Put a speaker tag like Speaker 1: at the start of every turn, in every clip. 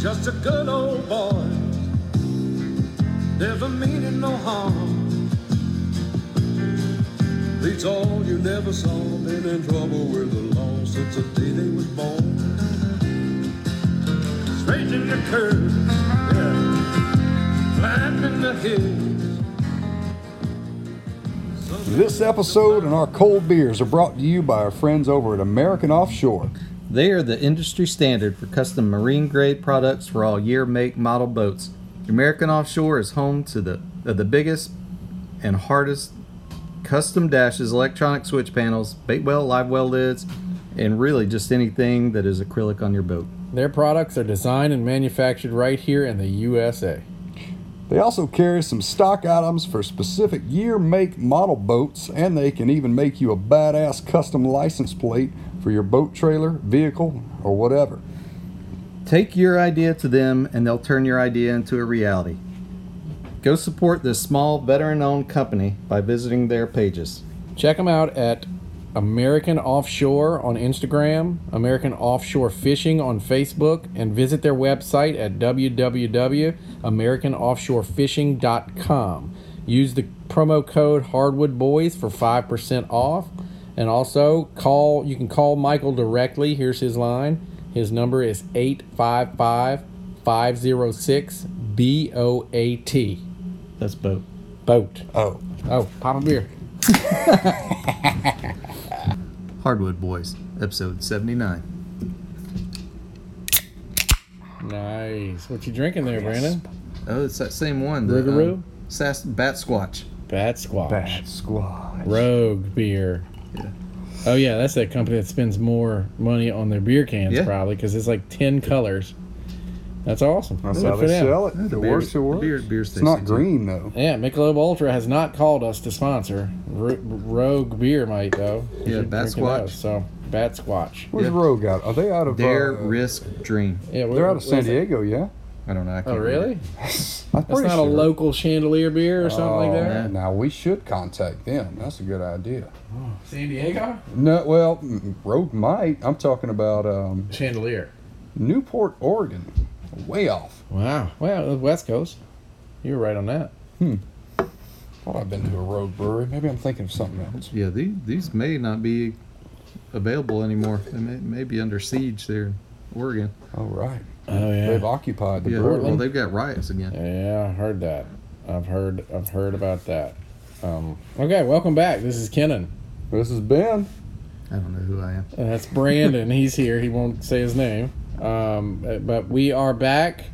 Speaker 1: just a good old boy, never meaning no harm. He told you never saw been in trouble with the law since the day they was born. Straightening the curves, yeah, climbing the hills.
Speaker 2: This episode and our cold beers are brought to you by our friends over at American Offshore.
Speaker 3: They are the industry standard for custom marine grade products for all year, make, model boats. American Offshore is home to the of the biggest and hardest custom dashes, electronic switch panels, bait well, live well lids, and really just anything that is acrylic on your boat.
Speaker 4: Their products are designed and manufactured right here in the USA.
Speaker 2: They also carry some stock items for specific year, make, model boats, and they can even make you a badass custom license plate for your boat trailer, vehicle, or whatever.
Speaker 3: Take your idea to them and they'll turn your idea into a reality. Go support this small veteran owned company by visiting their pages.
Speaker 4: Check them out at American Offshore on Instagram, American Offshore Fishing on Facebook, and visit their website at www.americanoffshorefishing.com. Use the promo code Hardwood Boys for 5% off. And also call you can call Michael directly. Here's his line. His number is 855 506 BOAT.
Speaker 3: That's boat.
Speaker 4: Boat.
Speaker 2: Oh,
Speaker 4: Oh, pop a beer.
Speaker 3: Hardwood Boys, episode 79.
Speaker 4: Nice. What you drinking there, Brandon?
Speaker 3: Oh, it's that same one. The,
Speaker 4: Rougarou?
Speaker 3: um, Sas- Bat Squatch.
Speaker 4: Bat Squatch.
Speaker 2: bad squad.
Speaker 4: Rogue Beer.
Speaker 3: Yeah.
Speaker 4: Oh yeah, that's that company that spends more money on their beer cans
Speaker 3: Yeah.
Speaker 4: probably because it's like ten colors. That's awesome.
Speaker 2: That's
Speaker 4: Good
Speaker 2: how
Speaker 4: for
Speaker 2: they
Speaker 4: them.
Speaker 2: sell it. it
Speaker 3: beer-
Speaker 2: works, it
Speaker 3: the
Speaker 2: works.
Speaker 3: beer- beer's
Speaker 2: it's not
Speaker 3: tasty, too.
Speaker 2: green, though.
Speaker 4: Yeah, Michelob Ultra has not called us to sponsor. R- Rogue Beer might though. We
Speaker 3: Yeah,
Speaker 4: should
Speaker 3: Bat
Speaker 4: drink it up,
Speaker 3: Squatch.
Speaker 4: So Bat Squatch.
Speaker 2: Where's
Speaker 3: Yeah.
Speaker 2: Rogue out? Are they out of
Speaker 3: Dare,
Speaker 2: uh,
Speaker 3: risk, dream.
Speaker 4: Yeah, where-
Speaker 2: They're out of
Speaker 4: where's
Speaker 2: San
Speaker 4: that?
Speaker 2: Diego, yeah.
Speaker 3: I don't know. I can't
Speaker 4: Oh
Speaker 3: read it.
Speaker 4: really?
Speaker 2: I'm
Speaker 4: That's
Speaker 2: pretty
Speaker 4: not a
Speaker 2: sure.
Speaker 4: local chandelier beer or something like
Speaker 2: Oh,
Speaker 4: that.
Speaker 3: man.
Speaker 2: Now we should contact them. That's a good idea.
Speaker 4: San Diego
Speaker 2: No, well, mm, Rogue might. I'm talking about um,
Speaker 4: chandelier.
Speaker 2: Newport, Oregon. Way off.
Speaker 4: Wow. Well, the West Coast. You were right on that.
Speaker 2: Thought I've been to a Rogue brewery. Maybe I'm thinking of something else.
Speaker 3: Yeah, these, these may not be available anymore. They may, may be under siege there in Oregon.
Speaker 2: All right.
Speaker 4: Oh yeah.
Speaker 2: They've occupied the
Speaker 3: Yeah,
Speaker 2: brewery.
Speaker 3: well, they've got riots again.
Speaker 4: Yeah, I heard that. I've heard I've heard about that. Um, okay, welcome back. This is Kenan.
Speaker 2: This has been
Speaker 3: I don't know who I am.
Speaker 4: And that's Brandon. He's here. He won't say his name. Um, uh, but we are back.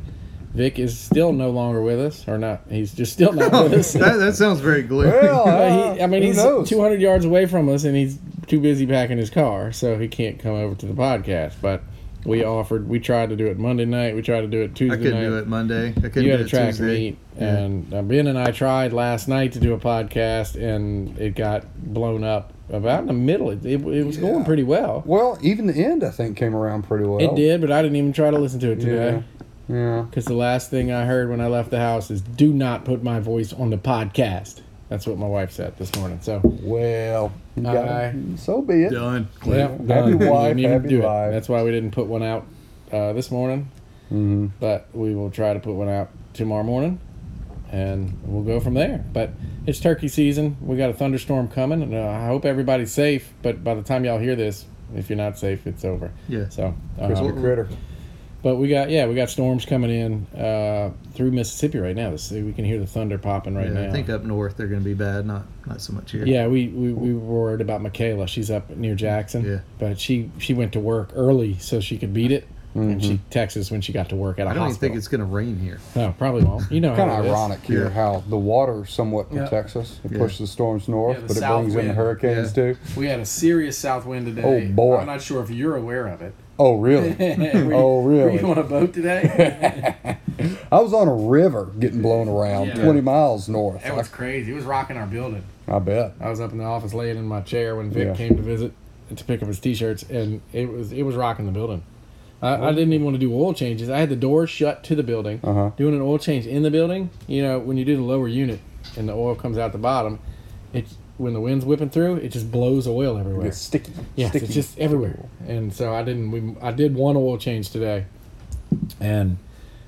Speaker 4: Vic is still no longer with us, or not. He's just still not with us.
Speaker 3: that, that sounds very gloomy.
Speaker 2: well. uh,
Speaker 4: But he, I
Speaker 2: Oh,
Speaker 4: mean,
Speaker 2: who
Speaker 4: he's
Speaker 2: knows?
Speaker 4: 200 yards away from us, and he's too busy packing his car, so he can't come over to the podcast. But we offered, we tried to do it Monday night, we tried to do it Tuesday
Speaker 3: I couldn't
Speaker 4: night.
Speaker 3: do it Monday. I couldn't
Speaker 4: you had
Speaker 3: do
Speaker 4: a
Speaker 3: it
Speaker 4: track
Speaker 3: Tuesday.
Speaker 4: meet,
Speaker 3: Yeah.
Speaker 4: and uh, Ben and I tried last night to do a podcast, and it got blown up about in the middle. It, it, it was
Speaker 2: Yeah.
Speaker 4: going pretty well.
Speaker 2: Well, even the end I think came around pretty well.
Speaker 4: It did, but I didn't even try to listen to it
Speaker 2: Yeah.
Speaker 4: today
Speaker 2: Yeah.
Speaker 4: because the last thing I heard when I left the house is "Do not put my voice on the podcast." That's what my wife said this morning. So,
Speaker 2: Well, you got
Speaker 4: Aye.
Speaker 2: so be it.
Speaker 3: Done.
Speaker 4: yeah,
Speaker 2: Happy wife,
Speaker 4: didn't even
Speaker 2: happy
Speaker 4: do it.
Speaker 2: life.
Speaker 4: That's why we didn't put one out uh, this morning,
Speaker 2: hmm
Speaker 4: but we will try to put one out tomorrow morning and we'll go from there but it's turkey season we got a thunderstorm coming and uh, i hope everybody's safe but by the time y'all hear this if you're not safe it's over
Speaker 3: Yeah.
Speaker 4: so
Speaker 2: Crispy
Speaker 4: um,
Speaker 2: critter.
Speaker 4: but we got yeah we got storms coming in uh, through mississippi right now this, we can hear the thunder popping right
Speaker 3: yeah,
Speaker 4: now
Speaker 3: I think up north they're going to be bad. Not not so much here.
Speaker 4: yeah, we, we, we were worried about Michaela. She's up near Jackson.
Speaker 3: Yeah.
Speaker 4: But she, she went to work early so she could beat it. And she texted us when she got to work at a
Speaker 3: Mm-hmm. I don't even
Speaker 4: hospital.
Speaker 3: think it's going to rain here.
Speaker 4: No, probably won't. You know
Speaker 2: Kind
Speaker 4: how
Speaker 2: of
Speaker 4: it is.
Speaker 2: ironic here
Speaker 3: Yeah.
Speaker 2: how the water somewhat
Speaker 4: Yeah.
Speaker 2: protects us. It
Speaker 3: Yeah.
Speaker 2: pushes the storms north,
Speaker 4: Yeah, the
Speaker 2: but it
Speaker 4: south
Speaker 2: brings in the
Speaker 4: wind.
Speaker 2: hurricanes too.
Speaker 4: We had a serious south wind today.
Speaker 2: Oh, boy.
Speaker 4: I'm not sure if you're aware of it.
Speaker 2: Oh, really?
Speaker 4: Were you-
Speaker 2: Oh, really?
Speaker 4: Were you on a boat today?
Speaker 2: I was on a river getting blown around
Speaker 4: Yeah.
Speaker 2: 20 miles north.
Speaker 4: That was crazy. It was rocking our building.
Speaker 2: I, I bet.
Speaker 4: I was up in the office laying in my chair when Vic
Speaker 2: Yeah.
Speaker 4: came to visit to pick up his t-shirts, and it was it was rocking the building. I, I didn't even want to do oil changes. I had the door shut to the building.
Speaker 2: Uh-huh.
Speaker 4: Doing an oil change in the building, you know, when you do the lower unit and the oil comes out the bottom, it when the wind's whipping through, it just blows oil everywhere.
Speaker 2: It's sticky.
Speaker 4: Yes,
Speaker 2: sticky.
Speaker 4: it's just everywhere. And so I didn't. We I did one oil change today, and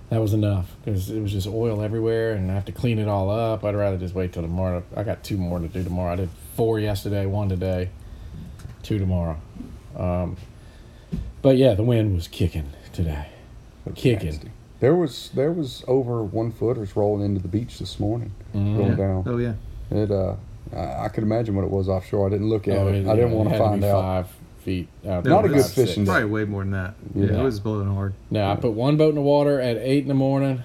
Speaker 4: that was enough because it was just oil everywhere and I have to clean it all up. I'd rather just wait till tomorrow. I got two more to do tomorrow. I did four yesterday, one today, two tomorrow. Um, but yeah, the wind was kicking today. Kicking.
Speaker 2: There was there was over one footers rolling into the beach this morning,
Speaker 4: Mm-hmm.
Speaker 2: going down.
Speaker 3: Oh yeah.
Speaker 2: It uh, I, I could imagine what it was offshore. I didn't look at
Speaker 4: Oh,
Speaker 2: it.
Speaker 4: it-
Speaker 2: I didn't
Speaker 4: it
Speaker 2: want
Speaker 4: had
Speaker 2: to find
Speaker 4: be
Speaker 2: out.
Speaker 4: Five feet. out
Speaker 2: Not a
Speaker 4: there,
Speaker 2: good
Speaker 4: five,
Speaker 2: fishing
Speaker 4: six.
Speaker 2: day.
Speaker 3: Probably way more than that. Yeah,
Speaker 2: Yeah.
Speaker 3: it was blowing hard.
Speaker 4: No, I put one boat in the water at eight in the morning,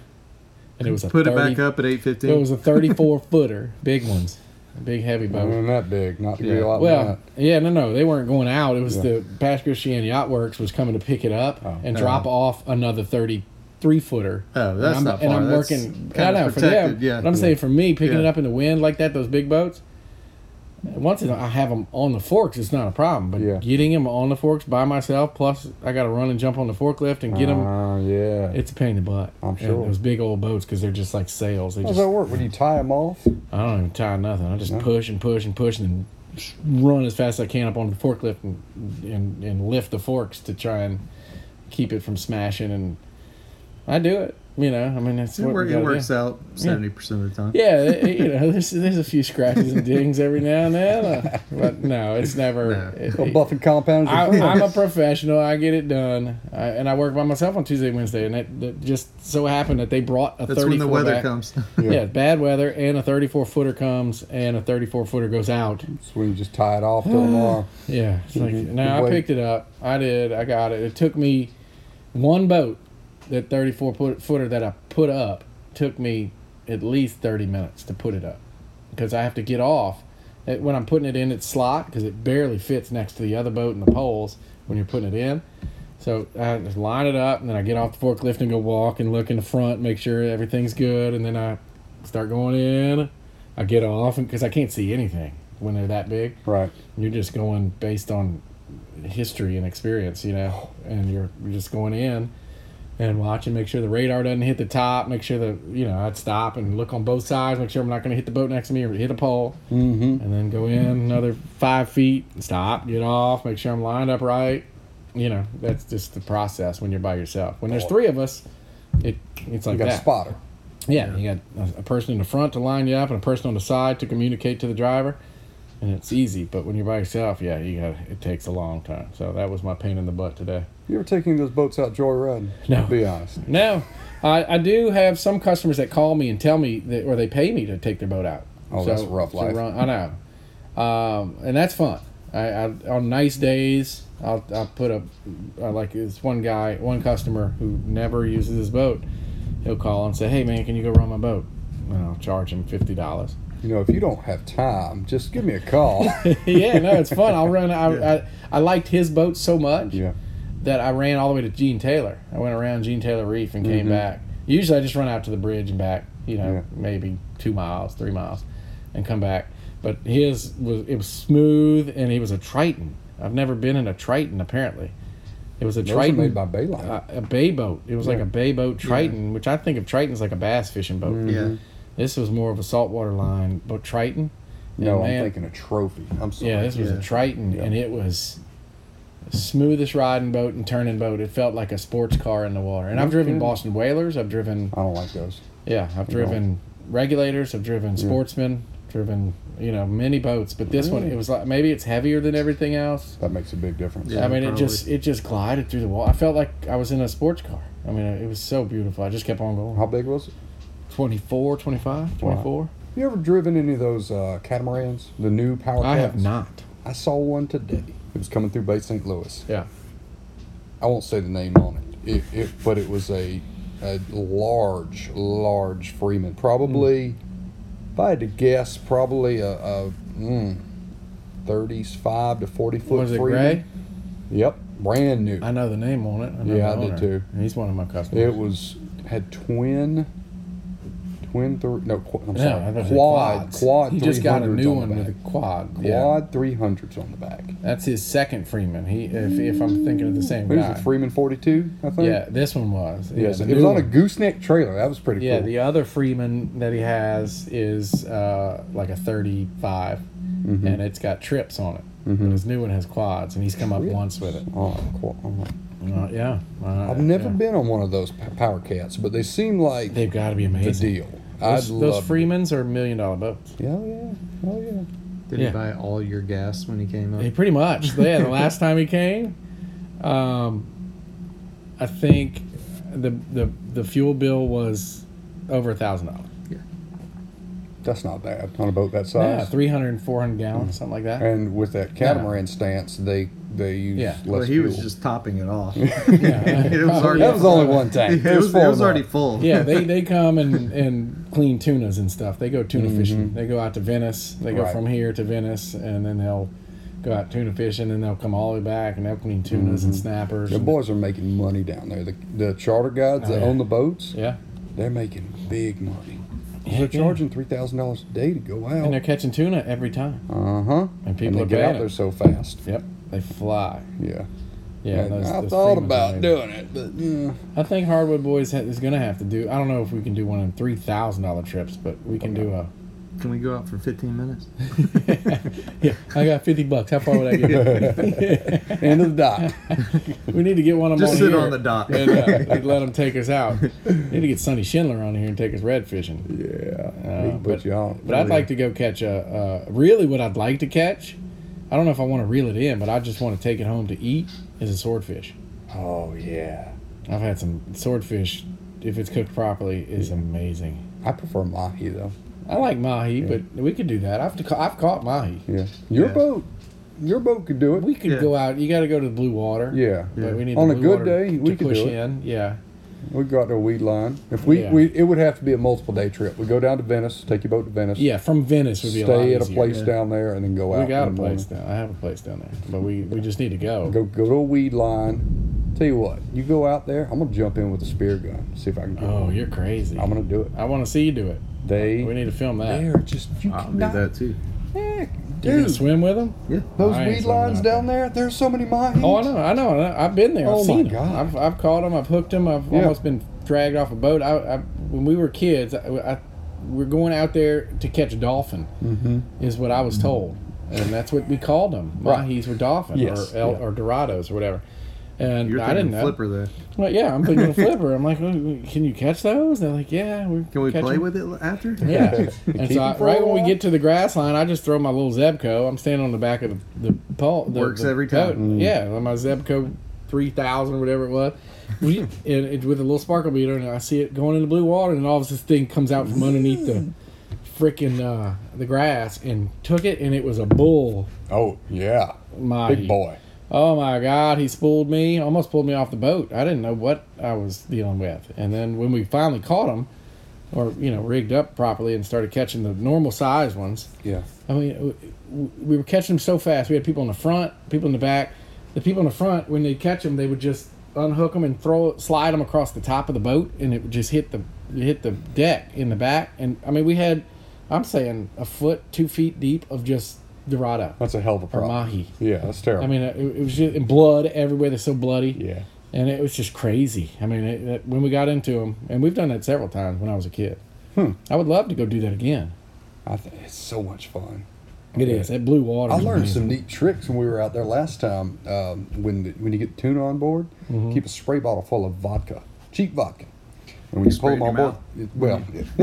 Speaker 4: and it was a
Speaker 3: Put
Speaker 4: 30
Speaker 3: it back up at eight fifteen.
Speaker 4: It was a thirty-four footer, big ones, big heavy
Speaker 3: Mm-hmm.
Speaker 4: boat.
Speaker 2: Wasn't that big, not to be
Speaker 3: Yeah.
Speaker 2: a lot
Speaker 4: Well,
Speaker 2: like
Speaker 4: yeah, no, no, they weren't going out. It was
Speaker 2: Yeah.
Speaker 4: the Bass and Yacht Works was coming to pick it up and
Speaker 3: Oh.
Speaker 4: drop off another thirty-three footer.
Speaker 3: Oh, that's
Speaker 4: and I'm,
Speaker 3: not
Speaker 4: And
Speaker 3: far.
Speaker 4: I'm
Speaker 3: That's
Speaker 4: working. I
Speaker 3: kind of
Speaker 4: know for them.
Speaker 3: protected, yeah.
Speaker 4: But I'm saying for me, picking
Speaker 3: Yeah.
Speaker 4: it up in the wind like that, those big boats. Once I have them on the forks, it's not a problem. But
Speaker 2: Yeah.
Speaker 4: getting them on the forks by myself, plus I got to run and jump on the forklift and
Speaker 2: that.
Speaker 4: get them.
Speaker 3: Uh-huh.
Speaker 2: Oh yeah.
Speaker 4: It's a pain in the butt.
Speaker 2: I'm
Speaker 4: And
Speaker 2: sure.
Speaker 4: those big old boats because they're just like sails. They
Speaker 2: How does
Speaker 4: just
Speaker 2: that work? Would you tie them off?
Speaker 4: I don't even tie nothing. I just push and push and push and then run as fast as I can up on the forklift and, and and lift the forks to try and keep it from smashing. And I do it. You know, I mean, that's
Speaker 3: It,
Speaker 4: what
Speaker 3: wor-
Speaker 4: we
Speaker 3: it
Speaker 4: gotta do.
Speaker 3: works out seventy percent of the time.
Speaker 4: Yeah, it- it- you know, there's there's a few scratches and dings every now and then, uh, but no, it's never.
Speaker 3: No.
Speaker 4: it-
Speaker 2: Well,
Speaker 4: it-
Speaker 2: buffing compounds.
Speaker 4: I,
Speaker 2: are-
Speaker 4: I'm a professional. I get it done, I, and I work by myself on Tuesday, Wednesday, and it, that just so happened that they brought a
Speaker 3: That's
Speaker 4: thirty.
Speaker 3: when the weather comes.
Speaker 2: Yeah.
Speaker 4: Yeah. bad weather, and a 34 footer comes, and a 34 footer goes out.
Speaker 2: That's when you just tie it off till
Speaker 4: Uh,
Speaker 2: tomorrow.
Speaker 4: Yeah, it's like
Speaker 2: Mhm.
Speaker 4: no, I
Speaker 2: Wait.
Speaker 4: picked it up. I did. I got it. It took me one boat, that 34 put- footer that I put up, took me at least 30 minutes to put it up because I have to get off. It- When I'm putting it in its slot, because it barely fits next to the other boat and the poles when you're putting it in. So I just line it up, and then I get off the forklift and go walk and look in the front, make sure everything's good, and then I start going in. I get off because I can't see anything when they're that big.
Speaker 2: Right.
Speaker 4: You're just going based on history and experience, you know, and you're, you're just going in and watching, make sure the radar doesn't hit the top, make sure the you know I'd stop and look on both sides, make sure I'm not going to hit the boat next to me or hit a pole, mm-hmm. and then go in another five feet, stop, get off, make sure I'm lined up right. You know, that's just the process when you're by yourself. When there's three of us, it it's like
Speaker 2: You got
Speaker 4: that.
Speaker 2: a spotter.
Speaker 4: Yeah, you got a- a person in the front to line you up and a person on the side to communicate to the driver, and it's easy. But when you're by yourself, yeah, you got it takes a long time. So that was my pain in the butt today.
Speaker 2: You ever take any of those boats out joyriding?
Speaker 4: No.
Speaker 2: Be honest.
Speaker 4: No, I, I do have some customers that call me and tell me that, or they pay me to take their boat out.
Speaker 2: Oh, that's a rough
Speaker 4: to
Speaker 2: life.
Speaker 4: run- I know, um, and that's fun. I, I on nice days, I'll I'll put a I like this one guy, one customer who never uses his boat. He'll call and say, "Hey man, can you go run my boat?" And I'll charge him fifty dollars.
Speaker 2: You know, if you don't have time, just give me a call.
Speaker 4: yeah, no, it's fun. I'll run. I,
Speaker 3: Yeah.
Speaker 4: I I liked his boat so much
Speaker 2: yeah.
Speaker 4: that I ran all the way to Gene Taylor. I went around Gene Taylor Reef and came back. Usually I just run out to the bridge and back, you know,
Speaker 2: Mm-hmm. Yeah.
Speaker 4: maybe two miles, three miles, and come back. But his was it was smooth and he was a Triton. I've never been in a Triton apparently. It was a
Speaker 2: Those are
Speaker 4: Triton
Speaker 2: made by Bayline.
Speaker 4: uh, a bay boat. It was like
Speaker 2: Yeah.
Speaker 4: a bay boat Triton, which I think of Triton as like a bass fishing boat.
Speaker 2: Mm-hmm.
Speaker 3: Yeah.
Speaker 4: This was more of a saltwater line, but Triton.
Speaker 2: no,
Speaker 4: And
Speaker 2: I'm
Speaker 4: man-
Speaker 2: thinking a trophy. I'm sorry.
Speaker 4: yeah, this was
Speaker 3: Yeah.
Speaker 4: a Triton,
Speaker 2: Yeah.
Speaker 4: and it was smoothest riding boat and turning boat. It felt like a sports car in the water. And I've driven
Speaker 2: kidding.
Speaker 4: Boston Whalers. I've driven
Speaker 2: I don't like those.
Speaker 4: yeah, I've
Speaker 2: You know.
Speaker 4: driven regulators. I've driven sportsmen. Driven you know many boats, but this one it was like maybe it's heavier than everything else.
Speaker 2: That makes a big difference.
Speaker 3: Yeah.
Speaker 4: I mean, it just it just glided through the wall. I felt like I was in a sports car. I mean, it was so beautiful. I just kept on going.
Speaker 2: How big was it?
Speaker 4: 24, 25, 24.
Speaker 2: You ever driven any of those uh, catamarans? The new power
Speaker 4: I have
Speaker 2: cats?
Speaker 4: not.
Speaker 2: I saw one today. It was coming through Bay St. Louis.
Speaker 4: Yeah.
Speaker 2: I won't say the name on it. It, it but it was a a large, large Freeman. Probably,
Speaker 4: Hmm.
Speaker 2: if I had to guess, probably a, a mm, 35 to 40 foot
Speaker 4: Was it
Speaker 2: Freeman.
Speaker 4: gray?
Speaker 2: Yep, brand new.
Speaker 4: I know the name on it. I know
Speaker 2: Yeah,
Speaker 4: the
Speaker 2: I did
Speaker 4: owner.
Speaker 2: too.
Speaker 4: He's one of my customers.
Speaker 2: It was had twin, twin three. No, qu- I'm
Speaker 4: Yeah, I
Speaker 2: sorry,
Speaker 4: thought
Speaker 2: quad, quad.
Speaker 4: He just got a
Speaker 2: 300s
Speaker 4: new
Speaker 2: on
Speaker 4: one
Speaker 2: the
Speaker 4: with a
Speaker 2: back.
Speaker 4: quad. Yeah,
Speaker 2: Quad three hundreds on the back.
Speaker 4: that's his second Freeman. He, if, if I'm thinking of the same
Speaker 2: Who's
Speaker 4: guy.
Speaker 2: it? Freeman forty two, I think.
Speaker 4: yeah, this one was. Yeah,
Speaker 2: Yes,
Speaker 4: the
Speaker 2: it was
Speaker 4: new
Speaker 2: on a
Speaker 4: one.
Speaker 2: gooseneck trailer. That was pretty
Speaker 4: Yeah,
Speaker 2: cool.
Speaker 4: the other Freeman that he has is uh, like a 35,
Speaker 2: Mm-hmm.
Speaker 4: and it's got trips on it. And his new one has quads, and he's come up once with it.
Speaker 2: Oh, cool. Oh.
Speaker 4: Uh, yeah, uh,
Speaker 2: I've never
Speaker 4: yeah.
Speaker 2: been on one of those p- power cats, but they seem like
Speaker 4: They've got to be
Speaker 2: the
Speaker 4: amazing.
Speaker 2: deal.
Speaker 4: Those,
Speaker 2: I'd
Speaker 4: those
Speaker 2: love.
Speaker 4: Freemans are million dollar boats.
Speaker 2: yeah, oh, yeah, oh yeah.
Speaker 3: Did
Speaker 4: Yeah.
Speaker 3: he buy all your gas when he came up?
Speaker 4: He pretty much. Yeah, the last time he came, um, I think the the the fuel bill was over a thousand dollars.
Speaker 2: That's not bad on a boat that
Speaker 4: Yeah,
Speaker 2: size.
Speaker 4: 300, 400
Speaker 2: Mm.
Speaker 4: gallons, something like that.
Speaker 2: and with that catamaran stance, they they use
Speaker 4: Yeah.
Speaker 2: less
Speaker 4: Well,
Speaker 3: well, he was
Speaker 2: fuel.
Speaker 3: just topping it off. It
Speaker 4: Yeah,
Speaker 3: was
Speaker 4: probably-
Speaker 3: already-
Speaker 2: that was only one tank.
Speaker 3: it was,
Speaker 2: full
Speaker 3: it
Speaker 2: of
Speaker 3: was
Speaker 2: that.
Speaker 3: already full.
Speaker 4: yeah, they, they come and, and clean tunas and stuff. They go tuna fishing. They go out to Venice. They go
Speaker 2: Mm-hmm. Right.
Speaker 4: from here to Venice, and then they'll go out tuna fishing, and they'll come all the way back, and they'll clean tunas
Speaker 2: Mm-hmm.
Speaker 4: and snappers.
Speaker 2: The
Speaker 4: and-
Speaker 2: boys are making money down there. The, the charter guides
Speaker 4: Mm-hmm. Oh,
Speaker 2: that
Speaker 4: yeah.
Speaker 2: own the boats,
Speaker 4: Yeah.
Speaker 2: they're making big money.
Speaker 4: Yeah,
Speaker 2: They're
Speaker 4: yeah.
Speaker 2: charging three thousand dollars a day to go
Speaker 4: And they're
Speaker 2: out.
Speaker 4: catching tuna every time.
Speaker 2: Uh huh.
Speaker 4: And
Speaker 2: And
Speaker 4: people
Speaker 2: they
Speaker 4: are
Speaker 2: get out
Speaker 4: buying
Speaker 2: there
Speaker 4: it.
Speaker 2: so fast.
Speaker 4: Yep, they fly.
Speaker 2: Yeah.
Speaker 4: Yeah,
Speaker 2: And
Speaker 4: those-
Speaker 2: I
Speaker 4: those
Speaker 2: thought
Speaker 4: Freemans are
Speaker 2: about doing
Speaker 4: amazing.
Speaker 2: it, but yeah.
Speaker 4: I think Hardwood Boys ha- is going to have to do. I don't know if we can do one of three thousand dollar trips, but we can do a.
Speaker 3: Can we go out for 15 minutes?
Speaker 4: yeah, I got fifty bucks. How far would I get?
Speaker 2: End of the dock.
Speaker 4: we need to get one of them
Speaker 3: Just
Speaker 4: on
Speaker 3: sit
Speaker 4: here
Speaker 3: on the dock.
Speaker 4: and uh, we'd let them take us out. need to get Sonny Schindler on here and take us red fishing.
Speaker 2: Yeah.
Speaker 4: Uh,
Speaker 2: he put
Speaker 4: but-
Speaker 2: you on.
Speaker 4: But I'd like to go catch a. Uh, really, what I'd like to catch, I don't know if I want to reel it in, but I just want to take it home to eat is a swordfish.
Speaker 2: oh yeah.
Speaker 4: I've had some swordfish. If it's cooked properly, is amazing.
Speaker 2: I prefer mahi though.
Speaker 4: I like mahi, but we could do that. I've ca- I've caught mahi.
Speaker 2: Yeah. Your
Speaker 3: Yeah.
Speaker 2: boat. Your boat could do it.
Speaker 4: We could
Speaker 3: Yeah.
Speaker 4: go out. You got to go to the blue water.
Speaker 2: yeah.
Speaker 4: But we need
Speaker 2: On
Speaker 4: the
Speaker 2: a
Speaker 4: blue
Speaker 2: good
Speaker 4: water
Speaker 2: day,
Speaker 4: to
Speaker 2: we could
Speaker 4: push
Speaker 2: do it.
Speaker 4: in. Yeah.
Speaker 2: We got a weed line. If we,
Speaker 4: Yeah.
Speaker 2: we it would have to be a multiple day trip. We go down to Venice, take your boat to Venice.
Speaker 4: Yeah. From Venice would be a lot
Speaker 2: stay at a
Speaker 4: easier.
Speaker 2: place
Speaker 3: Yeah.
Speaker 2: down there and then go out.
Speaker 4: We got a
Speaker 2: in the morning.
Speaker 4: place down. I have a place down there, but we we just need to go.
Speaker 2: Go go to a weed line. Tell you what, you go out there. I'm gonna jump in with a spear gun. See if I can. Get
Speaker 4: Oh,
Speaker 2: it.
Speaker 4: you're crazy.
Speaker 2: I'm gonna do it.
Speaker 4: I want to see you do it.
Speaker 2: They
Speaker 4: We need to film that.
Speaker 2: they're just you
Speaker 3: I'll do
Speaker 2: cannot-
Speaker 3: that too.
Speaker 2: Heck,
Speaker 4: You gonna
Speaker 2: dude.
Speaker 4: swim with them?
Speaker 3: Yeah.
Speaker 2: Those
Speaker 4: I ain't
Speaker 2: weed
Speaker 4: swimming
Speaker 2: lines
Speaker 4: out there.
Speaker 2: down there. There's so many mahis.
Speaker 4: Oh, I know, I know, I know. I've been there. I've
Speaker 2: Oh, my
Speaker 4: seen 'em.
Speaker 2: God.
Speaker 4: I've, I've caught them. I've hooked them. I've
Speaker 2: Yeah.
Speaker 4: almost been dragged off a boat. I, I when we were kids, I, I, we're going out there to catch a dolphin, is what I was told, and that's what we called them.
Speaker 2: Mm-hmm. Right.
Speaker 4: Mahis were dolphin
Speaker 2: Yes,
Speaker 4: or el-
Speaker 2: yeah.
Speaker 4: or dorados or whatever. And
Speaker 3: You're
Speaker 4: I
Speaker 3: thinking
Speaker 4: didn't know.
Speaker 3: flipper there.
Speaker 4: Well, yeah, I'm thinking of flipper. I'm like, "Oh, can you catch those? They're like, yeah, we
Speaker 3: Can we
Speaker 4: catch
Speaker 3: play
Speaker 4: 'em."
Speaker 3: with it after?
Speaker 4: Yeah.
Speaker 2: Keep
Speaker 4: and
Speaker 2: it
Speaker 4: so I,
Speaker 2: for a
Speaker 4: right when we
Speaker 2: while.
Speaker 4: get to the grass line, I just throw my little Zebco. I'm standing on the back of the, the pole. The,
Speaker 3: Works
Speaker 4: the
Speaker 3: every
Speaker 4: boat.
Speaker 3: time.
Speaker 4: Yeah, on my Zebco 3000 or whatever it was. We, and it, with a little sparkle beater, and I see it going in the blue water, and all of this thing comes out from underneath the freaking uh, the grass and took it, and it was a bull.
Speaker 2: Oh yeah,
Speaker 4: My
Speaker 2: big boy.
Speaker 4: Oh my God, he spooled me, almost pulled me off the boat. I didn't know what I was dealing with. And then when we finally caught him, or you know, rigged up properly and started catching the normal size ones,
Speaker 2: Yeah.
Speaker 4: I mean, w- w- we were catching them so fast. We had people in the front, people in the back. The people in the front, when they catch them, they would just unhook them and throw, slide them across the top of the boat, and it would just hit the hit the deck in the back. And I mean, we had, I'm saying, a foot, two feet deep of just dorado
Speaker 2: That's a hell of a
Speaker 4: or
Speaker 2: problem.
Speaker 4: mahi.
Speaker 2: Yeah, that's terrible.
Speaker 4: I mean, it, it was just and blood everywhere. They're so bloody.
Speaker 2: yeah.
Speaker 4: And it was just crazy. I mean, it, it, when we got into them, and we've done that several times when I was a kid. I would love to go do that again.
Speaker 2: I think it's so much fun.
Speaker 4: It is That blue water.
Speaker 2: I
Speaker 4: is
Speaker 2: learned
Speaker 4: amazing.
Speaker 2: some neat tricks when we were out there last time. Um, when the, when you get tuna on board,
Speaker 4: Mm-hmm.
Speaker 2: keep a spray bottle full of vodka, cheap vodka. And when you pull
Speaker 3: Spray it
Speaker 2: them on
Speaker 3: in
Speaker 2: board,
Speaker 3: your
Speaker 2: it- well,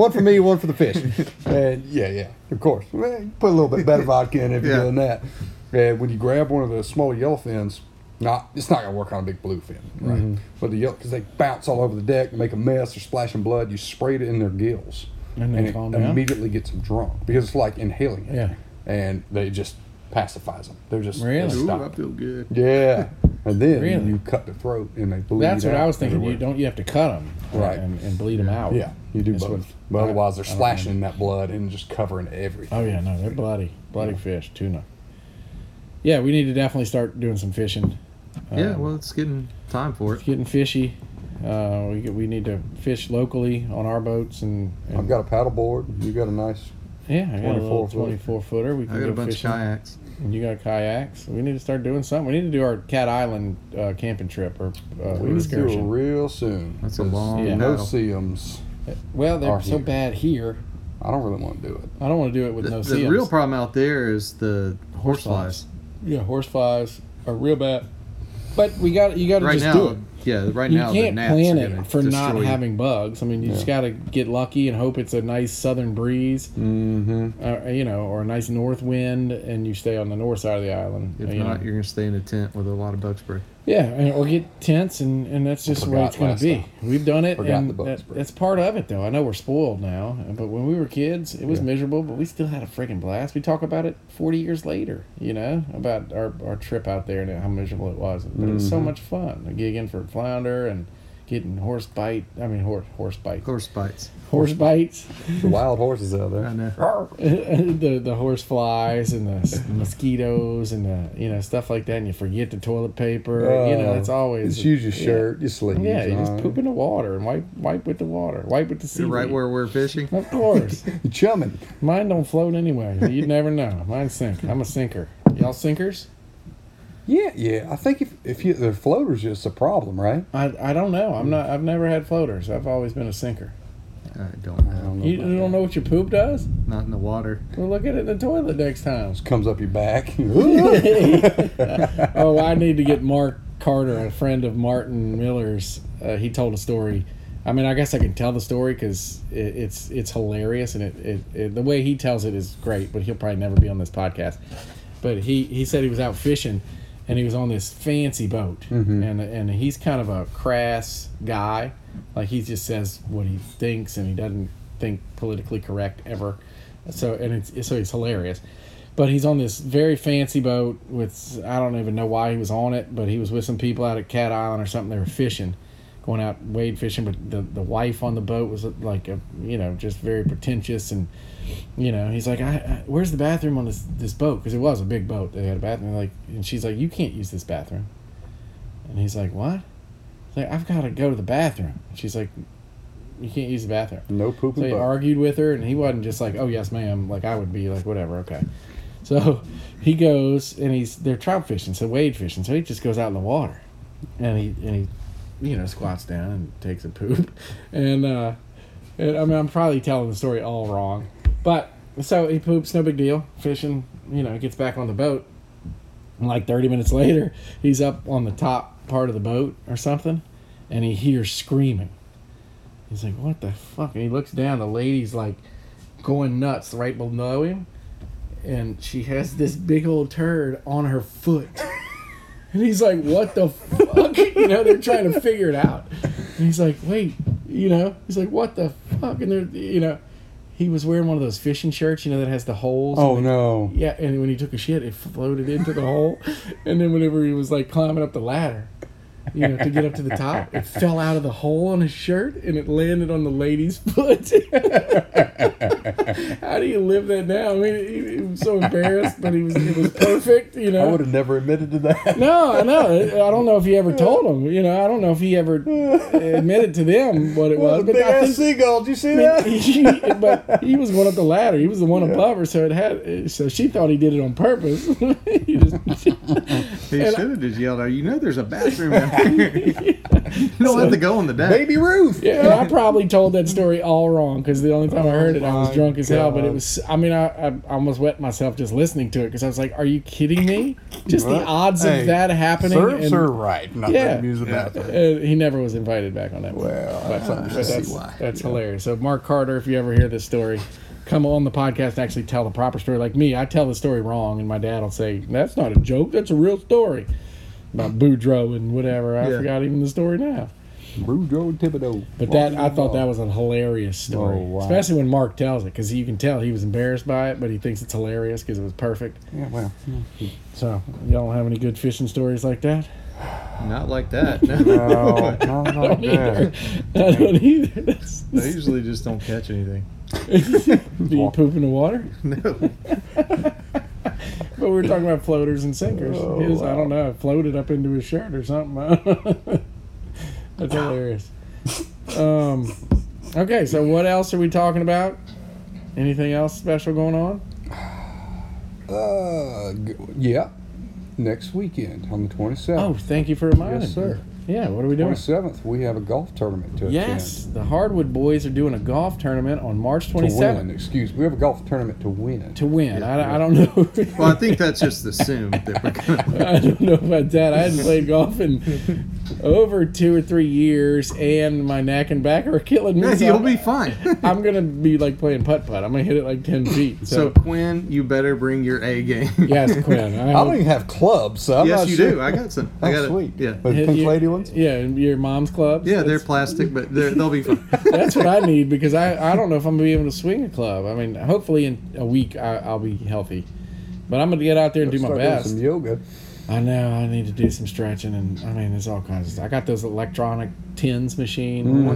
Speaker 2: one for me, one for the fish. and yeah, yeah, of course. Well, you put a little bit better vodka in if
Speaker 3: Yeah.
Speaker 2: you're doing that. And when you grab one of the smaller yellow fins, not it's not gonna work on a big blue fin, right?
Speaker 4: Mm-hmm.
Speaker 2: But the yellow because they bounce all over the deck, make a mess, they're splashing blood. You spray it in their gills,
Speaker 4: And they
Speaker 2: it
Speaker 4: calm down?
Speaker 2: immediately gets them drunk because it's like inhaling it
Speaker 4: Yeah.
Speaker 2: and they just pacifies them. They're just
Speaker 4: Really?
Speaker 2: they
Speaker 3: Ooh,
Speaker 2: stop.
Speaker 3: I feel good.
Speaker 2: Yeah, and then
Speaker 4: Really?
Speaker 2: you cut the throat and they bleed.
Speaker 4: That's what
Speaker 2: out
Speaker 4: I was thinking. You
Speaker 2: everywhere.
Speaker 4: don't you have to cut them
Speaker 2: Right.
Speaker 4: and, and bleed them out?
Speaker 2: Yeah, you do
Speaker 4: That's
Speaker 2: both,
Speaker 4: what-
Speaker 2: but
Speaker 4: I-
Speaker 2: otherwise they're
Speaker 4: I don't
Speaker 2: splashing that blood and just covering everything.
Speaker 4: Oh yeah, no, they're bloody, bloody fish, tuna. Yeah, we need to definitely start doing some fishing.
Speaker 3: yeah,
Speaker 4: Um,
Speaker 3: well, it's getting time for
Speaker 4: it's
Speaker 3: it.
Speaker 4: getting fishy. Uh, we we need to fish locally on our boats and. and
Speaker 2: I've got a paddle board. You got a nice.
Speaker 4: Yeah, I got a
Speaker 2: 24
Speaker 4: little
Speaker 2: foot.
Speaker 4: 24 footer. We can
Speaker 3: I got
Speaker 4: go
Speaker 3: a bunch of
Speaker 4: fishing.
Speaker 3: kayaks.
Speaker 4: You got kayaks. We need to start doing something. We need to do our Cat Island uh, camping trip or uh,
Speaker 2: We need to do it
Speaker 4: excursion.
Speaker 2: real soon.
Speaker 3: That's a
Speaker 2: 'cause
Speaker 3: long
Speaker 4: Yeah.
Speaker 2: No
Speaker 3: paddle.
Speaker 2: seams.
Speaker 4: Well, they're
Speaker 2: Or
Speaker 4: so
Speaker 2: here.
Speaker 4: bad here.
Speaker 2: I don't really want to do it.
Speaker 4: I don't want to do it with
Speaker 3: The,
Speaker 4: no
Speaker 3: the
Speaker 4: CMs.
Speaker 3: real problem out there is the horse flies.
Speaker 4: yeah, horse flies are real bad. But we got you got to
Speaker 3: Right
Speaker 4: just
Speaker 3: now,
Speaker 4: do it.
Speaker 3: yeah, right
Speaker 4: You
Speaker 3: now the
Speaker 4: can't
Speaker 3: gnats
Speaker 4: plan
Speaker 3: are gonna
Speaker 4: it for not
Speaker 3: destroy you.
Speaker 4: having bugs. I mean, you just got to get lucky and hope it's a nice southern breeze,
Speaker 2: Mm-hmm.
Speaker 3: Mm.
Speaker 4: uh, you know, or a nice north wind, and you stay on the north side of the island.
Speaker 3: If
Speaker 4: you know.
Speaker 3: not, you're gonna stay in a tent with a lot of bug spray.
Speaker 4: Yeah, and, or get tents, and, and that's just where
Speaker 2: forgot
Speaker 4: it's going
Speaker 2: last
Speaker 4: to be.
Speaker 2: time.
Speaker 4: We've done it,
Speaker 2: Forgot
Speaker 4: and
Speaker 2: the bug
Speaker 4: that-
Speaker 2: spray.
Speaker 4: that's part of it, though. I know we're spoiled now, but when we were kids, it was miserable, but we still had a freaking blast. We talk about it 40 years later, you know, about our, our trip out there and how miserable it was. But it was
Speaker 2: Mm-hmm.
Speaker 4: so much fun. Gigging for flounder and getting horse bite. I mean, horse, horse bite.
Speaker 3: Horse bites.
Speaker 4: Horse bites.
Speaker 2: The wild horses out
Speaker 3: I
Speaker 2: there.
Speaker 3: know.
Speaker 4: the the horse flies and the s- mosquitoes and the you know stuff like that and you forget the toilet paper you know
Speaker 2: Oh,
Speaker 4: it's always
Speaker 2: Just use your
Speaker 4: yeah.
Speaker 2: shirt, your sleeves.
Speaker 4: Yeah, you just
Speaker 2: all
Speaker 4: poop in the water and wipe wipe with the water. Wipe with the sea.
Speaker 3: Right where we're fishing.
Speaker 4: Of course.
Speaker 2: right. Chumming.
Speaker 4: Mine don't float anyway. You never know. Mine sink. I'm a sinker. Y'all sinkers?
Speaker 2: Yeah, yeah. I think if if you the floaters just a problem, right?
Speaker 4: I, I don't know. I'm not I've never had floaters. I've always been a sinker.
Speaker 3: I don't
Speaker 2: I
Speaker 3: know.
Speaker 2: don't know. about
Speaker 4: You, you don't
Speaker 2: that.
Speaker 4: know what your poop does?
Speaker 3: Not in the water.
Speaker 4: Well look at it in the toilet next time.
Speaker 2: Just comes up your back.
Speaker 4: oh, I need to get Mark Carter, a friend of Martin Miller's. Uh, he told a story. I mean, I guess I can tell the story because it, it's it's hilarious and it, it, it the way he tells it is great. But he'll probably never be on this podcast. But he he said he was out fishing, and he was on this fancy boat, and and he's kind of a crass guy, like he just says what he thinks and he doesn't think politically correct ever. So and it's so it's hilarious but he's on this very fancy boat with I don't even know why he was on it, but he was with some people out at Cat Island or something. They were fishing, going out wade fishing, but the the wife on the boat was like a you know just very pretentious and you know he's like I, I where's the bathroom on this this boat because it was a big boat they had a bathroom like and she's like you can't use this bathroom, and he's like what, he's like I've got to go to the bathroom. She's like you can't use the bathroom.
Speaker 2: no pooping.
Speaker 4: So he argued with her, and he wasn't just like, "Oh yes, ma'am." Like I would be like, "Whatever, okay." So he goes and he's they're trout fishing, so wade fishing. So he just goes out in the water, and he and he, you know, squats down and takes a poop, and uh, and, I mean I'm probably telling the story all wrong, but so he poops, no big deal. Fishing, you know, gets back on the boat. And like 30 minutes later, he's up on the top part of the boat or something, and he hears screaming. He's like, what the fuck? And he looks down. The lady's like going nuts right below him. And she has this big old turd on her foot. And he's like, what the fuck? You know, they're trying to figure it out. And he's like, wait, you know? He's like, what the fuck? And they're, you know, he was wearing one of those fishing shirts, you know, that has the holes.
Speaker 2: oh no.
Speaker 4: Yeah, and when he took a shit, it floated into the hole. And then whenever he was like climbing up the ladder, you know, to get up to the top, it fell out of the hole on his shirt and it landed on the lady's foot. How do you live that now? I mean, he, he was so embarrassed, but he was it was perfect. You
Speaker 2: I
Speaker 4: know,
Speaker 2: would have never admitted to that.
Speaker 4: no, I know. I don't know if he ever told them. You know, I don't know if he ever admitted to them what it was. But
Speaker 2: Big
Speaker 4: I
Speaker 2: ass
Speaker 4: think
Speaker 2: seagull. Did you see
Speaker 4: I
Speaker 2: that?
Speaker 4: mean, he, but he was one up the ladder. He was the one above her, so it had. So she thought he did it on purpose. He just-
Speaker 3: He should have just yelled out, you know there's a bathroom out there. you don't have to go on the deck.
Speaker 2: Baby Ruth.
Speaker 4: yeah, and I probably told that story all wrong because the only time I heard it, I was
Speaker 2: Oh my
Speaker 4: drunk as hell. But it
Speaker 2: God.
Speaker 4: was. I mean, I, I almost wet myself just listening to it because I was like, "Are you kidding me? Just the
Speaker 2: Well,
Speaker 4: odds
Speaker 2: hey,
Speaker 4: of that happening."
Speaker 2: Serves
Speaker 4: and-
Speaker 2: her right. Not
Speaker 4: Yeah.
Speaker 2: yeah. use the bathroom.
Speaker 4: Uh, he never was invited back on that. one.
Speaker 2: Well,
Speaker 4: but,
Speaker 2: I
Speaker 4: but
Speaker 2: see
Speaker 4: that's,
Speaker 2: why.
Speaker 4: that's hilarious. So, Mark Carter, if you ever hear this story, come on the podcast and actually tell the proper story. Like me, I tell the story wrong, and my dad will say, That's not a joke, that's a real story about Boudreaux and whatever. I
Speaker 3: Yeah.
Speaker 4: forgot even the story now.
Speaker 2: Boudreaux Thibodeau.
Speaker 4: But that I thought that was a hilarious story,
Speaker 2: Oh, wow.
Speaker 4: especially when Mark tells it, because you can tell he was embarrassed by it, but he thinks it's hilarious because it was perfect.
Speaker 2: Yeah, well.
Speaker 4: So, y'all don't have any good fishing stories like that?
Speaker 3: Not like that. No.
Speaker 2: No, not like
Speaker 4: Neither.
Speaker 2: that.
Speaker 4: I don't either. That's-
Speaker 3: they usually just don't catch anything.
Speaker 4: Do you poop in the water?
Speaker 3: No.
Speaker 4: But we were talking about floaters and sinkers.
Speaker 2: Oh,
Speaker 4: his, I don't know, floated up into his shirt or something. I don't know. That's hilarious. Um, okay, so what else are we talking about? Anything else special going on?
Speaker 2: Uh, g- yeah. Next weekend on the 27th.
Speaker 4: Oh, thank you for reminding
Speaker 2: yes,
Speaker 4: me.
Speaker 2: sir.
Speaker 4: Yeah, what are we doing?
Speaker 2: 27th, we have a golf tournament to
Speaker 4: Yes, the Hardwood Boys are doing a golf tournament on March
Speaker 2: attend. To win,
Speaker 4: 27th
Speaker 2: excuse me. We have a golf tournament to win.
Speaker 4: to win. I, I don't know.
Speaker 3: Well, I think that's just assumed that we're going to.
Speaker 4: I don't know about that. I hadn't played golf in over two or three years, and my neck and back are killing me. so
Speaker 3: You'll
Speaker 4: I'm-
Speaker 3: be fine.
Speaker 4: I'm gonna be like playing putt putt. I'm gonna hit it like ten feet.
Speaker 3: So,
Speaker 4: So,
Speaker 3: Quinn, you better bring your A game.
Speaker 4: yes, Quinn. I
Speaker 2: I don't
Speaker 4: hope-
Speaker 2: even have clubs, so I'm
Speaker 3: yes,
Speaker 2: not
Speaker 3: you
Speaker 2: sure.
Speaker 3: do. I got some.
Speaker 2: Oh,
Speaker 3: I got
Speaker 2: sweet.
Speaker 3: It. Yeah.
Speaker 2: But
Speaker 4: hit
Speaker 2: pink
Speaker 4: your-
Speaker 2: lady ones?
Speaker 4: Yeah, and your mom's clubs.
Speaker 3: Yeah, they're
Speaker 4: That's-
Speaker 3: plastic, but they're, they'll be fine.
Speaker 4: That's what I need because I, I don't know if I'm gonna be able to swing a club. I mean, hopefully in a week I, I'll be healthy, but I'm gonna get out there and do my
Speaker 2: Start doing
Speaker 4: best.
Speaker 2: Some yoga.
Speaker 4: I know I need to do some stretching, and I mean, there's all kinds of stuff. I got those electronic tins machine.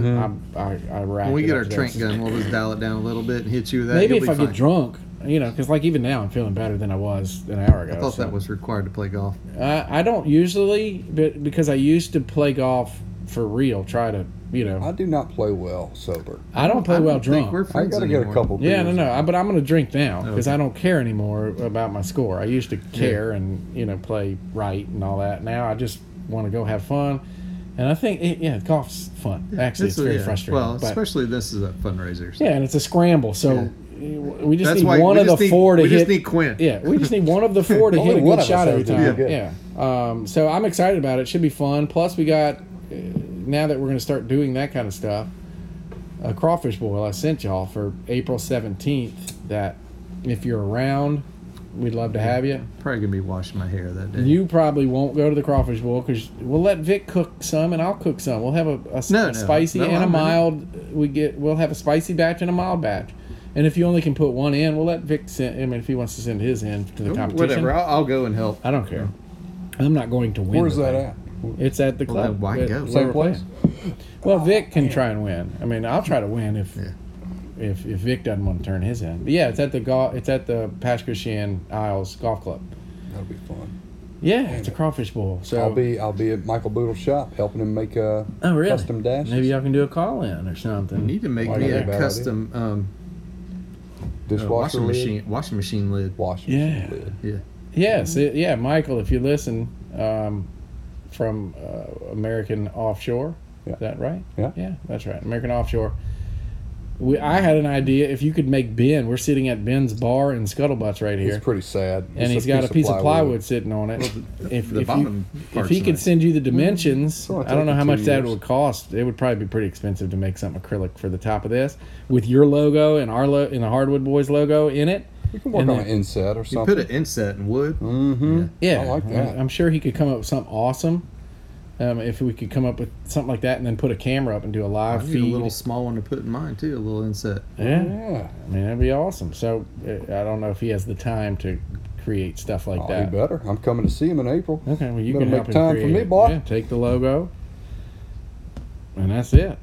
Speaker 4: I, I, I racked
Speaker 3: Mm-hmm. When we
Speaker 4: it
Speaker 3: get our
Speaker 4: up to
Speaker 3: Trent
Speaker 4: those.
Speaker 3: gun, we'll just dial it down a little bit and hit you with that.
Speaker 4: Maybe
Speaker 3: You'll
Speaker 4: if
Speaker 3: be
Speaker 4: I
Speaker 3: fine.
Speaker 4: get drunk, you know, because like even now I'm feeling better than I was an hour ago.
Speaker 3: I thought
Speaker 4: so.
Speaker 3: that was required to play golf.
Speaker 4: I, I don't usually, but because I used to play golf for real, try to, you
Speaker 2: I
Speaker 4: know,
Speaker 2: do not play well sober.
Speaker 4: I don't play
Speaker 3: I
Speaker 4: well
Speaker 3: don't think
Speaker 4: drunk.
Speaker 3: we're
Speaker 2: I
Speaker 3: friends
Speaker 2: got to
Speaker 3: anymore.
Speaker 2: get a couple.
Speaker 4: yeah, no,
Speaker 2: beers.
Speaker 4: no, I, but I'm going to drink now because
Speaker 3: Okay.
Speaker 4: I don't care anymore about my score. I used to care and you know play right and all that. Now I just want to go have fun, and I think it, yeah, golf's fun. Actually,
Speaker 3: This
Speaker 4: it's
Speaker 3: is-
Speaker 4: very
Speaker 3: yeah.
Speaker 4: frustrating.
Speaker 3: Well,
Speaker 4: but-
Speaker 3: especially this is a fundraiser. so-
Speaker 4: yeah, and it's a scramble, so we just
Speaker 3: That's
Speaker 4: need
Speaker 3: why
Speaker 4: one
Speaker 3: we
Speaker 4: of the
Speaker 3: just need,
Speaker 4: four to
Speaker 3: we
Speaker 4: hit.
Speaker 3: just need Quinn.
Speaker 4: Yeah, we just need one of the four to
Speaker 2: Only
Speaker 4: hit a
Speaker 2: one
Speaker 4: good
Speaker 2: of us
Speaker 4: shot every
Speaker 2: has to
Speaker 4: time.
Speaker 2: do
Speaker 4: Yeah. Um, so I'm excited about it. Should be fun. Plus, we got uh, now that we're going to start doing that kind of stuff. A crawfish boil I sent y'all for April 17th. That if you're around, we'd love to have you.
Speaker 3: Probably gonna be washing my hair that day.
Speaker 4: You probably won't go to the crawfish boil because we'll let Vic cook some and I'll cook some. We'll have a, a s-
Speaker 3: No, no,
Speaker 4: a spicy
Speaker 3: no,
Speaker 4: and a
Speaker 3: I'm in it.
Speaker 4: mild. uh, We get we'll have a spicy batch and a mild batch. And if you only can put one in, we'll let Vic send. I mean, if he wants to send his in to the competition,
Speaker 3: Whatever. I'll, I'll go and help.
Speaker 4: I don't care. I'm not going to win.
Speaker 2: Where's
Speaker 4: the
Speaker 2: that
Speaker 4: thing.
Speaker 2: at?
Speaker 4: It's at the
Speaker 3: Well,
Speaker 4: club.
Speaker 3: then why
Speaker 4: at
Speaker 3: go?
Speaker 4: where
Speaker 3: Same
Speaker 4: we're playing. Well, Vic can try and win. I mean, I'll try to win if
Speaker 3: Yeah.
Speaker 4: if, if Vic doesn't want to turn his in. But yeah, it's at the golf. It's at the Pascashan Isles Golf Club.
Speaker 2: That'll be fun.
Speaker 4: Yeah, it's a crawfish bowl. So
Speaker 2: I'll be I'll be at Michael Boodle's shop helping him make a
Speaker 4: Oh, really?
Speaker 2: custom dash.
Speaker 4: Maybe y'all can do a call in or something.
Speaker 3: You need to make
Speaker 2: Why not?
Speaker 3: me a
Speaker 2: Bad idea.
Speaker 3: custom um, uh,
Speaker 2: dishwasher
Speaker 3: washing
Speaker 2: lid,
Speaker 3: machine. Washing machine lid.
Speaker 2: washing
Speaker 4: Yeah.
Speaker 2: machine lid.
Speaker 3: Yeah.
Speaker 4: Yes, it- yeah, Michael, if you listen um, from uh, American Offshore,
Speaker 2: Yeah.
Speaker 4: is that right?
Speaker 2: Yeah.
Speaker 4: yeah, that's right. American Offshore. We, I had an idea if you could make Ben. We're sitting at Ben's bar in Scuttlebutts right here,
Speaker 2: It's pretty sad.
Speaker 4: and he's got a piece of plywood sitting on it. if
Speaker 3: the
Speaker 4: if, you,
Speaker 3: bottom
Speaker 4: if
Speaker 3: part's
Speaker 4: he could
Speaker 3: nice.
Speaker 4: send you the dimensions,
Speaker 2: only
Speaker 4: I don't know
Speaker 2: taken
Speaker 4: how
Speaker 2: two
Speaker 4: much that
Speaker 2: years.
Speaker 4: would cost. It would probably be pretty expensive to make something acrylic for the top of this with your logo and our lo- and the Hardwood Boys logo in it.
Speaker 2: We can work
Speaker 4: in
Speaker 2: on
Speaker 4: there.
Speaker 2: an inset or
Speaker 3: You
Speaker 2: something.
Speaker 3: put an inset in wood.
Speaker 2: mm-hmm.
Speaker 4: Yeah,
Speaker 2: I like
Speaker 4: I'm-
Speaker 2: that.
Speaker 4: I'm sure he could come up with something awesome. Um, if we could come up with something like that and then put a camera up and do a
Speaker 3: I
Speaker 4: live
Speaker 3: need
Speaker 4: feed.
Speaker 3: a little small one to put in mine too. A little inset.
Speaker 4: yeah,
Speaker 2: Yeah.
Speaker 4: I mean that'd be awesome. So uh, I don't know if he has the time to create stuff like
Speaker 2: I'll
Speaker 4: that.
Speaker 2: do Oh, better. I'm coming to see him in April.
Speaker 4: Okay, well you
Speaker 2: Better
Speaker 4: can
Speaker 2: make
Speaker 4: help him
Speaker 2: time for
Speaker 4: create
Speaker 2: me,
Speaker 4: it.
Speaker 2: boy.
Speaker 4: Yeah, take the logo, and that's it.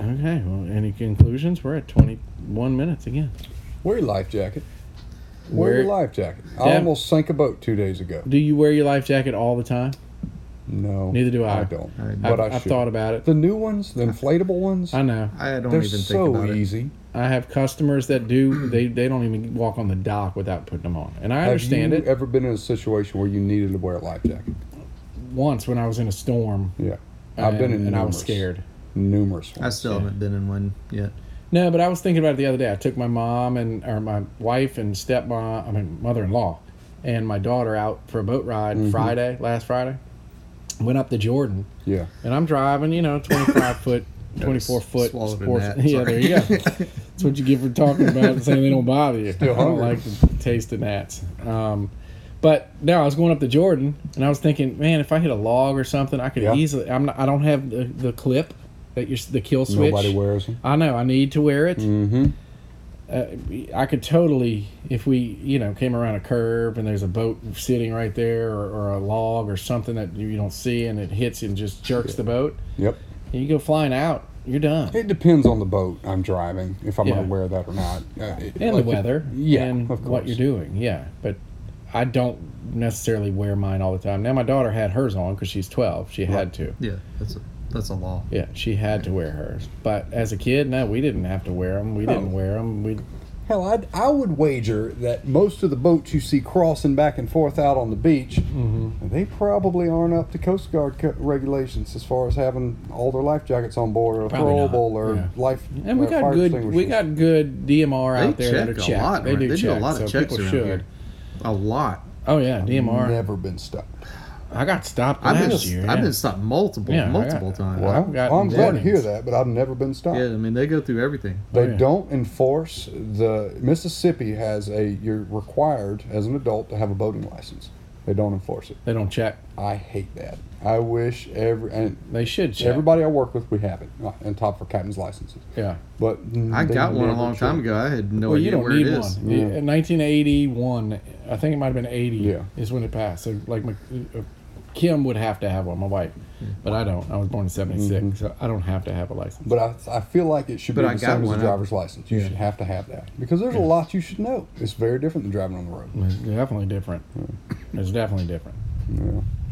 Speaker 4: Okay. Well, any conclusions? We're at 21 minutes again.
Speaker 2: Wear your life jacket. Wear your
Speaker 4: Wear-
Speaker 2: life jacket. I
Speaker 4: Yeah.
Speaker 2: almost sank a boat two days ago.
Speaker 4: Do you wear your life jacket all the time?
Speaker 2: No.
Speaker 4: Neither do I.
Speaker 2: I don't.
Speaker 3: I-
Speaker 2: but I,
Speaker 4: I've, I've
Speaker 2: should.
Speaker 4: thought about it.
Speaker 2: the new ones, the inflatable ones,
Speaker 4: I know.
Speaker 3: I don't
Speaker 2: they're
Speaker 3: even think
Speaker 2: so
Speaker 3: about it.
Speaker 2: easy.
Speaker 4: I have customers that do they they don't even walk on the dock without putting them on, and I understand
Speaker 2: Have
Speaker 4: it.
Speaker 2: you ever been in a situation where you needed to wear a life jacket?
Speaker 4: Once when I was in a storm,
Speaker 2: Yeah. I've been
Speaker 4: and-
Speaker 2: in
Speaker 4: and I was
Speaker 2: numerous-
Speaker 4: scared.
Speaker 2: Numerous
Speaker 3: I
Speaker 2: ones.
Speaker 3: still
Speaker 4: Yeah.
Speaker 3: haven't been in one yet.
Speaker 4: No, but I was thinking about it the other day. I took my mom and or my wife and stepmom, I mean mother-in-law, and my daughter out for a boat ride
Speaker 2: Mm-hmm.
Speaker 4: Friday last Friday. Went up to Jordan,
Speaker 2: Yeah.
Speaker 4: and I'm driving, you know, 25 foot, 24 foot
Speaker 3: swallowed a
Speaker 4: sports.
Speaker 3: gnat,
Speaker 4: Yeah, there
Speaker 3: sorry.
Speaker 4: you go. That's what you get for talking about and saying they don't bother you. I don't
Speaker 2: hungry.
Speaker 4: like the taste of gnats. Um, but no, I was going up to Jordan, and I was thinking, man, if I hit a log or something, I could
Speaker 2: Yeah.
Speaker 4: easily. I'm not, I don't have the, the clip that you're, the kill switch.
Speaker 2: Nobody wears them.
Speaker 4: I know. I need to wear it.
Speaker 2: Mm-hmm.
Speaker 4: Uh, I could totally, if we, you know, came around a curve and there's a boat sitting right there, or, or a log or something that you don't see, and it hits and just jerks the boat.
Speaker 2: Yep.
Speaker 4: And you go flying out, you're done.
Speaker 2: It depends on the boat I'm driving if I'm
Speaker 4: Yeah.
Speaker 2: going to wear that or not. Uh, it-
Speaker 4: and
Speaker 2: like
Speaker 4: the weather,
Speaker 2: yeah,
Speaker 4: and
Speaker 2: of
Speaker 4: what you're
Speaker 2: course.
Speaker 4: doing, yeah. But I don't necessarily wear mine all the time. Now my daughter had hers on because she's 12; she had to.
Speaker 3: Yeah, that's a, that's a law.
Speaker 4: Yeah, she had to wear hers. But as a kid, no, we didn't have to wear them. We didn't wear them. We
Speaker 2: Hell, I'd, I would wager that most of the boats you see crossing back and forth out on the beach,
Speaker 4: Mm-hmm.
Speaker 2: they probably aren't up to Coast Guard co- regulations as far as having all their life jackets on board or
Speaker 4: Probably not,
Speaker 2: throwable or
Speaker 4: yeah.
Speaker 2: life.
Speaker 4: And we
Speaker 2: uh,
Speaker 4: got
Speaker 2: fire
Speaker 4: good we
Speaker 2: extinguishers.
Speaker 4: got good DMR out
Speaker 3: They
Speaker 4: there that are
Speaker 3: check a
Speaker 4: checked.
Speaker 3: lot,
Speaker 4: they
Speaker 3: right?
Speaker 4: do
Speaker 3: They
Speaker 4: check,
Speaker 3: do a lot of
Speaker 4: so
Speaker 3: checks
Speaker 4: people
Speaker 3: around
Speaker 4: should.
Speaker 3: here. A lot.
Speaker 4: Oh yeah, DMR.
Speaker 2: never been stopped.
Speaker 4: I got stopped
Speaker 3: I've been
Speaker 4: last year.
Speaker 3: I've
Speaker 4: yeah.
Speaker 3: been stopped multiple
Speaker 4: Yeah, I
Speaker 3: multiple
Speaker 4: got-
Speaker 3: times.
Speaker 2: Well, I'm,
Speaker 4: gotten
Speaker 2: glad to hear
Speaker 4: warnings.
Speaker 2: that, but I've never been stopped.
Speaker 3: Yeah, I mean they go through everything.
Speaker 2: They
Speaker 4: Oh, yeah.
Speaker 2: don't enforce the Mississippi has a you're required as an adult to have a boating license. They don't enforce it.
Speaker 4: They don't check.
Speaker 2: I hate that. I wish every and
Speaker 4: They should check.
Speaker 2: everybody I work with we have it uh, and top for captain's licenses.
Speaker 4: Yeah.
Speaker 2: But
Speaker 3: I
Speaker 2: they
Speaker 3: got one a
Speaker 2: never
Speaker 3: long
Speaker 2: check.
Speaker 3: time ago. I had no
Speaker 4: Well,
Speaker 3: idea
Speaker 4: you don't
Speaker 3: where it
Speaker 4: need one.
Speaker 3: is.
Speaker 4: You- In 1981, I think it might have been 80.
Speaker 2: Yeah.
Speaker 4: is when it passed. So like, my, uh, Kim would have to have one, my wife, but I don't. I was born in '76, so I don't have to have a license.
Speaker 2: But I, I feel like it should
Speaker 3: But
Speaker 2: be
Speaker 3: I
Speaker 2: the
Speaker 3: got
Speaker 2: same as
Speaker 3: one.
Speaker 2: a
Speaker 3: I-
Speaker 2: driver's license. You should have to have that because there's a lot you should know. It's very different than driving on the road.
Speaker 4: It's definitely different. It's definitely different.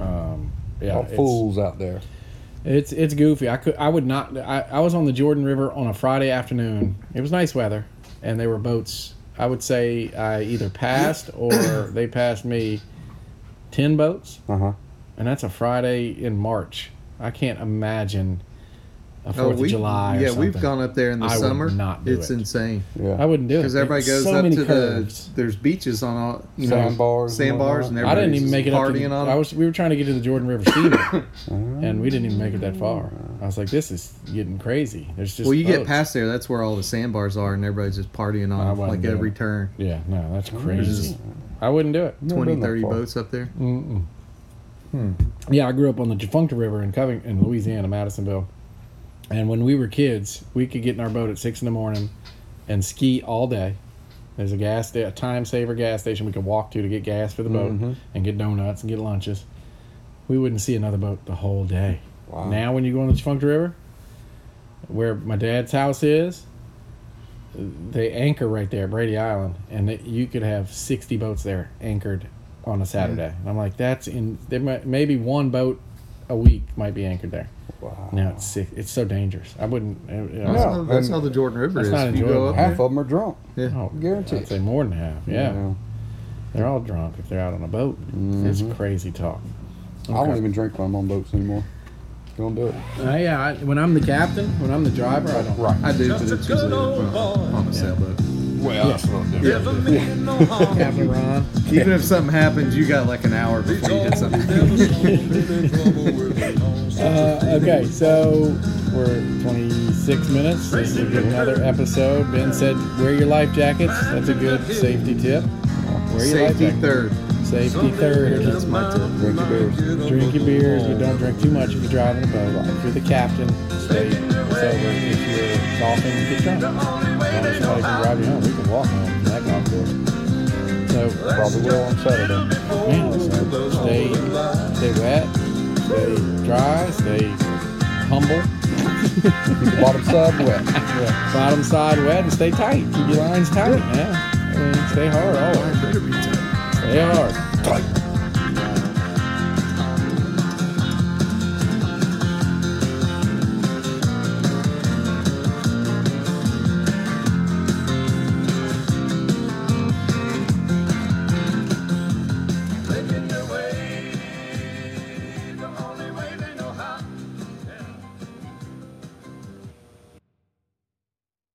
Speaker 4: Um, yeah,
Speaker 2: All
Speaker 4: it's-
Speaker 2: fools out there.
Speaker 4: It's it's goofy. I could I would not. I, I was on the Jordan River on a Friday afternoon. It was nice weather, and there were boats. I would say I either passed or they passed me ten boats,
Speaker 2: Uh
Speaker 3: Uh-huh.
Speaker 2: huh.
Speaker 4: and that's a Friday in March. I can't imagine a
Speaker 3: Oh,
Speaker 4: Fourth
Speaker 3: we-
Speaker 4: of July. or
Speaker 3: Yeah, we've
Speaker 4: something.
Speaker 3: gone up there in the
Speaker 4: I would
Speaker 3: summer.
Speaker 4: not do
Speaker 3: it's
Speaker 4: it.
Speaker 3: insane.
Speaker 2: Yeah.
Speaker 4: I wouldn't do it
Speaker 3: Because everybody
Speaker 4: It's
Speaker 3: goes
Speaker 4: so
Speaker 3: up
Speaker 4: many
Speaker 3: to
Speaker 4: curves.
Speaker 3: the there's beaches on all you
Speaker 2: Sandbars and
Speaker 3: know, sandbars, and
Speaker 2: whatnot.
Speaker 4: I
Speaker 3: everybody's
Speaker 4: didn't even make it up.
Speaker 3: partying
Speaker 4: To,
Speaker 3: on
Speaker 4: I was we were trying to get to the Jordan River Steamer, and we didn't even make it that far. I was like, this is getting crazy. There's just
Speaker 3: Well, you get
Speaker 4: boats.
Speaker 3: past there, that's where all the sandbars are, and everybody's just partying
Speaker 4: I
Speaker 3: on
Speaker 4: wasn't
Speaker 3: like
Speaker 4: doing
Speaker 3: every
Speaker 4: it.
Speaker 3: turn.
Speaker 4: Yeah, no, that's crazy. I wouldn't do it.
Speaker 2: Never
Speaker 3: 20,
Speaker 2: been that
Speaker 3: 30
Speaker 2: far.
Speaker 3: boats up there.
Speaker 4: Yeah, I grew up on the Defuncta River in Coving in Louisiana, Madisonville. And when we were kids, we could get in our boat at six in the morning and ski all day. There's a gas sta- a time saver gas station we could walk to to get gas for the boat and get donuts and get lunches. We wouldn't see another boat the whole day.
Speaker 2: Wow.
Speaker 4: Now when you go on the Defuncta River, where my dad's house is, they anchor right there, Brady Island, and it, you could have sixty boats there anchored on a Saturday.
Speaker 2: Hmm.
Speaker 4: And I'm like, that's in there. Might, maybe one boat a week might be anchored there.
Speaker 2: Wow.
Speaker 4: Now it's sick. It's so dangerous. I wouldn't. uh, You know,
Speaker 3: That's,
Speaker 2: No,
Speaker 3: how, that's
Speaker 2: and-
Speaker 3: how the Jordan River
Speaker 4: That's
Speaker 3: is.
Speaker 4: not
Speaker 3: If you go
Speaker 4: enjoyable.
Speaker 3: up
Speaker 2: Half
Speaker 3: there,
Speaker 2: of them are drunk.
Speaker 3: yeah.
Speaker 4: oh,
Speaker 2: Guaranteed.
Speaker 4: I'd say more than half. Yeah,
Speaker 2: You know?
Speaker 4: they're all drunk if they're out on a boat. It's
Speaker 2: Mm-hmm.
Speaker 4: crazy talk.
Speaker 2: I
Speaker 4: Okay.
Speaker 2: don't even drink when I'm on boats anymore. Don't do it.
Speaker 4: Uh, yeah, I, when I'm the captain, when I'm the driver, I don't.
Speaker 2: Right.
Speaker 3: I do, but
Speaker 1: Just
Speaker 3: it's
Speaker 1: a
Speaker 3: usually
Speaker 1: good old
Speaker 3: on,
Speaker 1: boy.
Speaker 3: on a sailboat.
Speaker 2: Well, that's a little different.
Speaker 1: Never mean no harm.
Speaker 4: Captain Ron.
Speaker 3: Even if something happens, you got like an hour before you did something.
Speaker 4: Uh, okay, so we're 26 minutes. This is a good another episode. Ben said, wear your life jackets. That's a good safety tip. Wear your
Speaker 3: Safety
Speaker 4: life jacket.
Speaker 3: third. Uh,
Speaker 4: Safety third.
Speaker 3: my tip.
Speaker 2: Drink your beers.
Speaker 4: Drink your beers, but don't drink too much if you're driving a boat. If you're the captain, stay sober. If you're golfing, get drunk. Well, if somebody can drive you home. We can walk home from that golf course. So,
Speaker 2: Probably will on Saturday.
Speaker 4: man, so stay, stay wet, stay dry, stay humble.
Speaker 2: Bottom side wet.
Speaker 4: Yeah. Bottom side wet and stay tight. Keep your lines tight. Yeah. I mean, stay hard always.
Speaker 3: Better be tight.
Speaker 4: Stay hard.
Speaker 2: Tight.